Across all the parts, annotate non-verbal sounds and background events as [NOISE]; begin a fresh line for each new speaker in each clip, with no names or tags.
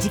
時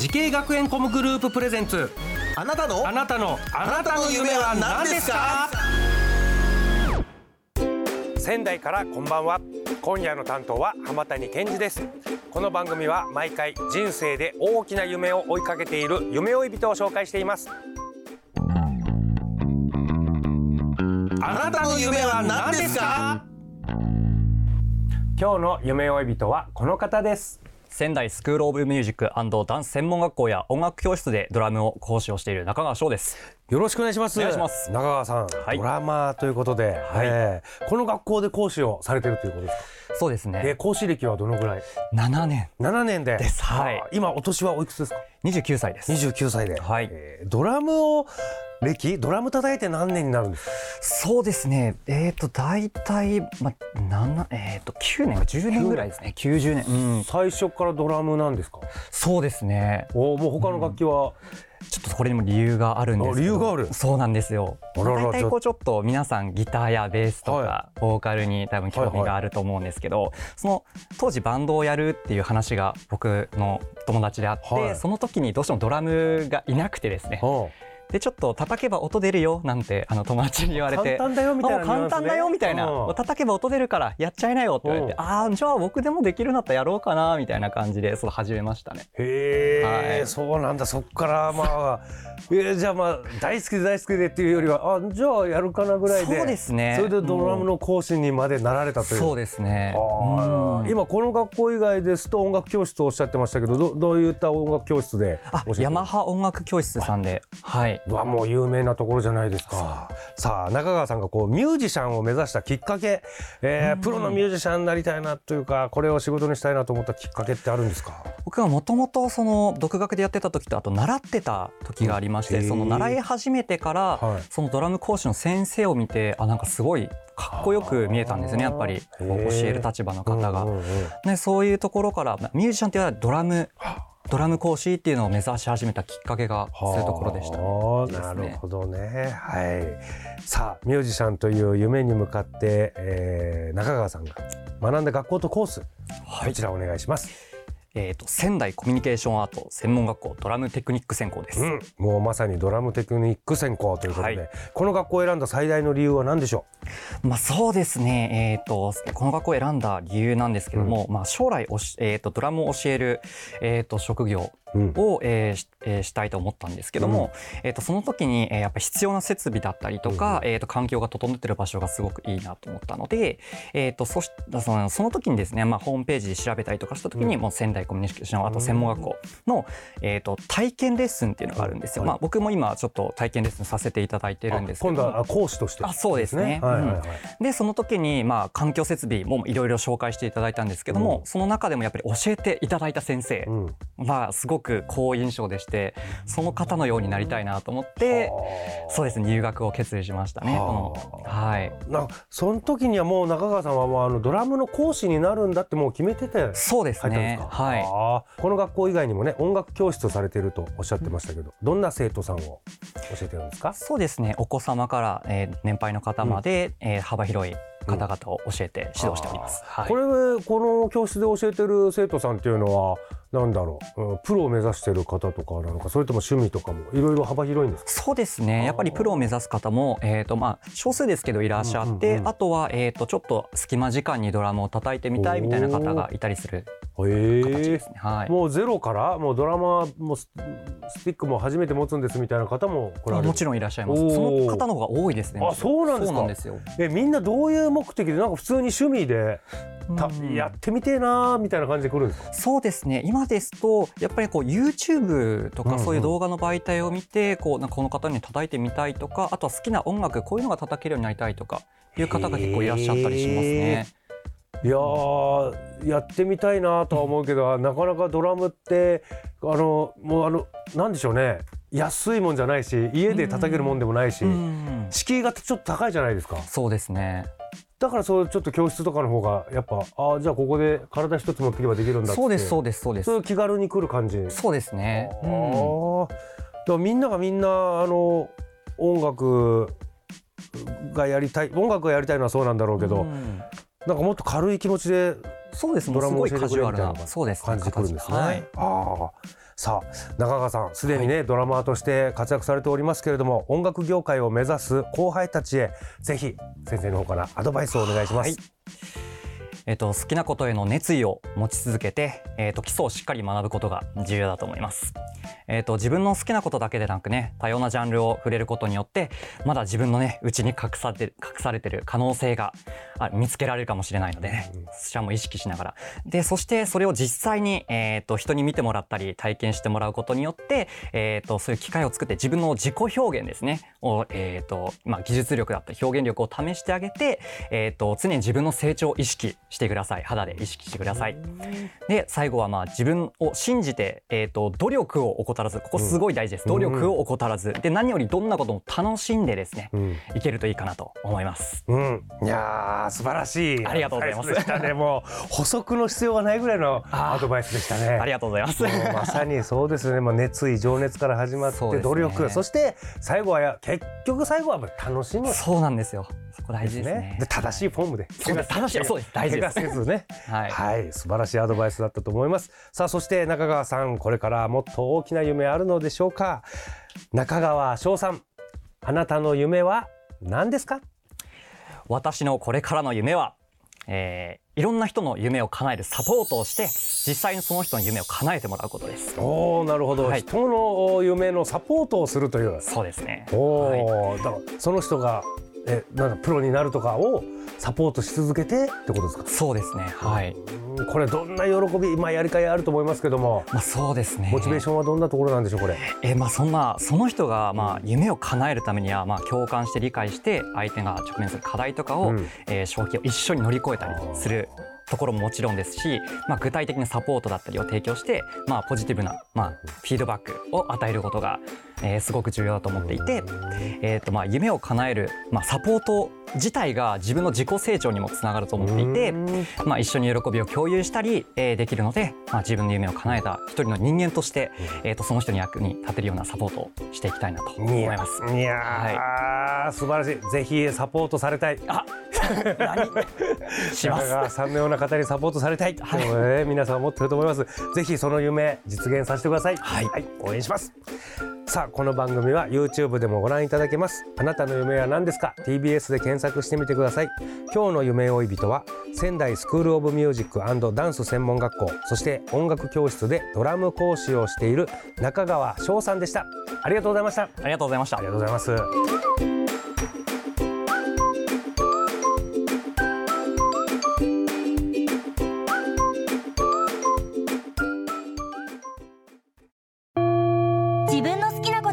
時系学園コムグループプレゼンツ
あなたの
あなたのあ
あなたの夢は何ですか
仙台からこんばんは今夜の担当は浜谷健二ですこの番組は毎回人生で大きな夢を追いかけている夢追い人を紹介しています
あなたの夢は何ですか
今日の夢追い人はこの方です
仙台スクールオブミュージックダンス専門学校や音楽教室でドラムを講師をしている中川翔です。
よろしくお願いします
お願いします
中川さん、
はい
ドラマーということで、
い
えーこの学校で講師をされてるということですか
そうです
えー
ね。
講師歴はどのぐらい
7年、
7年で
ですはい
あー今お年はおいくつですか
29歳です。
29歳で、
はい
えードラムを歴ドラム叩いて何年になるんですか
そうですね。えっ、と大体ま7えっ、と9年か10年ぐらいですね。90年。うん。
最初からドラムなんですか
そうですね。
おーもう他の楽器は、
ちょっとこれにも理由があるんですけど。
あ理由がある
そうなんですよ。
あらら
大
ちょ
体こうちょっと皆さんギターやベースと
は
かボーカルに多分興味があると思うんですけど、その当時バンドをやるっていう話が僕の友達であって、
はい
その時にどうしてもドラムがいなくてですね。
うん
でちょっと叩けば音出るよなんてあの友達に言われて
簡。単だよみたいな
あ
ニュア
簡
ンスで
単だよみたいな、
うん
叩けば音出るからやっちゃいなよって言われて、
うん
ああじゃあ僕でもできるんだったらやろうかなみたいな感じでそう始めましたね
へえ、
はい
そうなんだそっからまあ [LAUGHS] えーじゃあまあ大好きで大好きでっていうよりはあじゃあやるかなぐらいで
そうですね
それでドラムの講師にまでなられたという、
そうですね
あー
うん
今この学校以外ですと音楽教室とおっしゃってましたけどどどういった音楽教室で
あ
教えて
ヤマハ音楽教室さんではい
はもう有名なところじゃないですかさあ中川さんがこうミュージシャンを目指したきっかけ、えープロのミュージシャンになりたいなというかこれを仕事にしたいなと思ったきっかけってあるんですか
僕はもともとその独学でやってた時とあと習ってた時がありまし
う
て、
んへー
その習い始めてから、
はい
そのドラム講師の先生を見てあなんかすごいかっこよく見えたんですねやっぱりこう
へー
教える立場の方が。
うんうんうん
ね、そういうところからまあミュージシャンというよりはドラムドラム講師っていうのを目指し始めたきっかけがそういうところでしたね。
はあ
いいですね
なるほどね。はい。さあ、ミュージシャンという夢に向かって、えー、中川さんが学んだ学校とコース、こちらお願いします。
えー、と仙台コミュニケーションアート専門学校ドラムテクニック専攻です。
うん、もうまさにドラムテクニック専攻ということで、
はい
この学校を選んだ最大の理由は何でしょ
まあ、そうですね、えー、とこの学校を選んだ理由なんですけども、まあ、将来おし、えー、とドラムを教える、えー、と職業
う。うん。
を、えーしえーしたいと思ったんですけども、えー、とその時に、えーやっぱ必要な設備だったりとか、えー、と環境が整ってる場所がすごくいいなと思ったので、えー、とそしそのその時にですね、まあ、ホームページで調べたりとかした時に、
うん
もう仙台コミュニケーションあと専門学校の、えー、と体験レッスンっていうのがあるんですよ。
はい
まあ、僕も今ちょっと体験レッスンさせていただいてるんですけど
今
も
度はあ講師として
あそうですね
はいはいはい。
でその時にまあ環境設備もいろいろ紹介していただいたんですけども、
うん
その中でもやっぱり教えていただいた先生
うん。
がすごく好印象でしてその方のようになりたいなと思ってそうですね入学を決意しましたね。
は
このはい
なその時にはもう中川さんはもうあのドラムの講師になるんだってもう決めてて
そうです
入ったんで
ね
すか。
はい。
あーこの学校以外にもね、音楽教室をされているとおっしゃってましたけど、どんな生徒さんを教えてるんですか。
そうですね。お子様から、えー年配の方まで、えー幅広い方々を教えて指導しております。はい
これこの教室で教えてる生徒さんっていうのはなんだろう、うんプロを目指してる方とかなのか、それとも趣味とかもいろいろ幅広いんですか。
そうです
あー
ね。やっぱりプロを目指す方も、えっ、と、まあ、少数ですけどいらっしゃって、
うんうんうん
あとは、えっ、と、ちょっと隙間時間にドラムを叩いてみたいみたいな方がいたりする
へ
形で
え
すね。はい。
もうゼロからもうドラマもススティックも初めて持つんですみたいな方も来られ
あ
る
もちろんいらっしゃいます。
おー
その方の方が多いですね。
あそうなんですか
そうなんですよ。
えみんなどういう目的でなんか普通に趣味でた、
うん
やってみてえなーみたいな感じで来るんですか
そうですね。今ですと、やっぱりこう YouTube と
うんうん
かそういう動画の媒体を見て、こうなんかこの方に叩いてみたいとか、あとは好きな音楽こういうのが叩けるようになりたいとかいう方が結構いらっしゃったりしますね。
いやーやってみたいなとは思うけど、なかなかドラムってあのもうあのなんでしょうね安いもんじゃないし家で叩けるもんでもないし、
うん
敷居がちょっと高いじゃないですか
そうですね
だからそうちょっと教室とかの方がやっぱああじゃあここで体一つ持っていけばできるんだって
そうですそううですそうです
そういう気軽に来る感じ
そうですね
あーでもみんながみんなあの音楽がやりたい音楽がやりたいのはそうなんだろうけど、
うん
なんかもっと軽い気持ちで
そうですも
ドラ
うす
ム
ご
を
い
教えて
カ
く
ジ
れ
ュ
み
アル
たいな
なそうですね
感じてくるんですね。
はい
ああさあ中川さんすでにね、ドラマーとして活躍されておりますけれども音楽業界を目指す後輩たちへぜひ先生の方からアドバイスをお願いします。
はいえっと、好きなことへの熱意を持ち続けて、えっと、基礎をしっかり学ぶことが重要だと思います。えっと、自分の好きなことだけでなくね、多様なジャンルを触れることによって、まだ自分のね、内に隠されてる、隠されてる可能性があ見つけられるかもしれないので、ね、そちらも意識しながら。で、そしてそれを実際に、えっと、人に見てもらったり、体験してもらうことによって、えっと、そういう機会を作って自分の自己表現ですね、を、えっと、まあ、技術力だったり表現力を試してあげて、えー、と常に自分の成長を意識してください肌で意識してくださいで最後はまあ自分を信じて、えー、と努力を怠らずここすごい大事です、
うん
努力を怠らずで何よりどんなことも楽しんでですね
うん
いけるといいかなと思います
うん、いやー素晴らしい
ありがとうございま
ア
す
ドバイスでしたねもう補足の必要がないぐらいの
あー
アドバイスでしたね
ありがとうございます
もうまさにそうですね、まあ、熱意情熱から始まっ
そう
て
ですね
努力そ,、して最後はや結局最後はまあ楽しむで
[LAUGHS] そうなんですよそこ大
すね
事ですね
で正しいフォームで
そうです正しいそうです大事
怪
で
我
す
せずね
はい
はい、素晴らしいアドバイスだったと思いますさあそして中川さんこれからもっと大きな夢あるのでしょうか中川翔さんあなたの夢は何ですか
私のこれからの夢は、えーいろんな人の夢を叶えるサポートをして実際にその人の夢を叶えてもらうことです
おおなるほど、
はい
人の夢のサポートをするという
そうですね
おお、だからその人がえなんかプロになるとかをサポートし続けてってことですか
そうですねはい、
うんこれどんな喜び今やりがいあると思いますけども
まあ、そうですね
モチベーションはどんなところなんでしょうこれ、
えーまあ、そんなその人がまあ夢を叶えるためにはまあ共感して理解して相手が直面する課題とかを、
うん
えー正気を一緒に乗り越えたりするところももちろんですし、まあ、具体的なサポートだったりを提供して、まあ、ポジティブな、まあ、フィードバックを与えることが、えーすごく重要だと思っていて、えー、とまあ夢を叶える、まあ、サポート自体が自分の自己成長にもつながると思っていて
う、ん
まあ、一緒に喜びを共有したり、えーできるので、まあ、自分の夢を叶えた一人の人間として、えー、とその人に役に立てるようなサポートをしていきたいなと思います。
いやー、素晴らしい。ぜひサポートされたい。
あ何 [LAUGHS] しま
中
す
川さんのような方にサポートされたい。ということでね皆さん思ってると思います。ぜひその夢実現させてください。
はい
応援します。さあこの番組は YouTube でもご覧いただけますあなたの夢は何ですか TBS で検索してみてください今日の夢追い人は仙台スクールオブミュージックダンス専門学校そして音楽教室でドラム講師をしている中川翔さんでしたありがとうございました
ありがとうございまし
あ
た
りがとうございます。
自分の好きなこ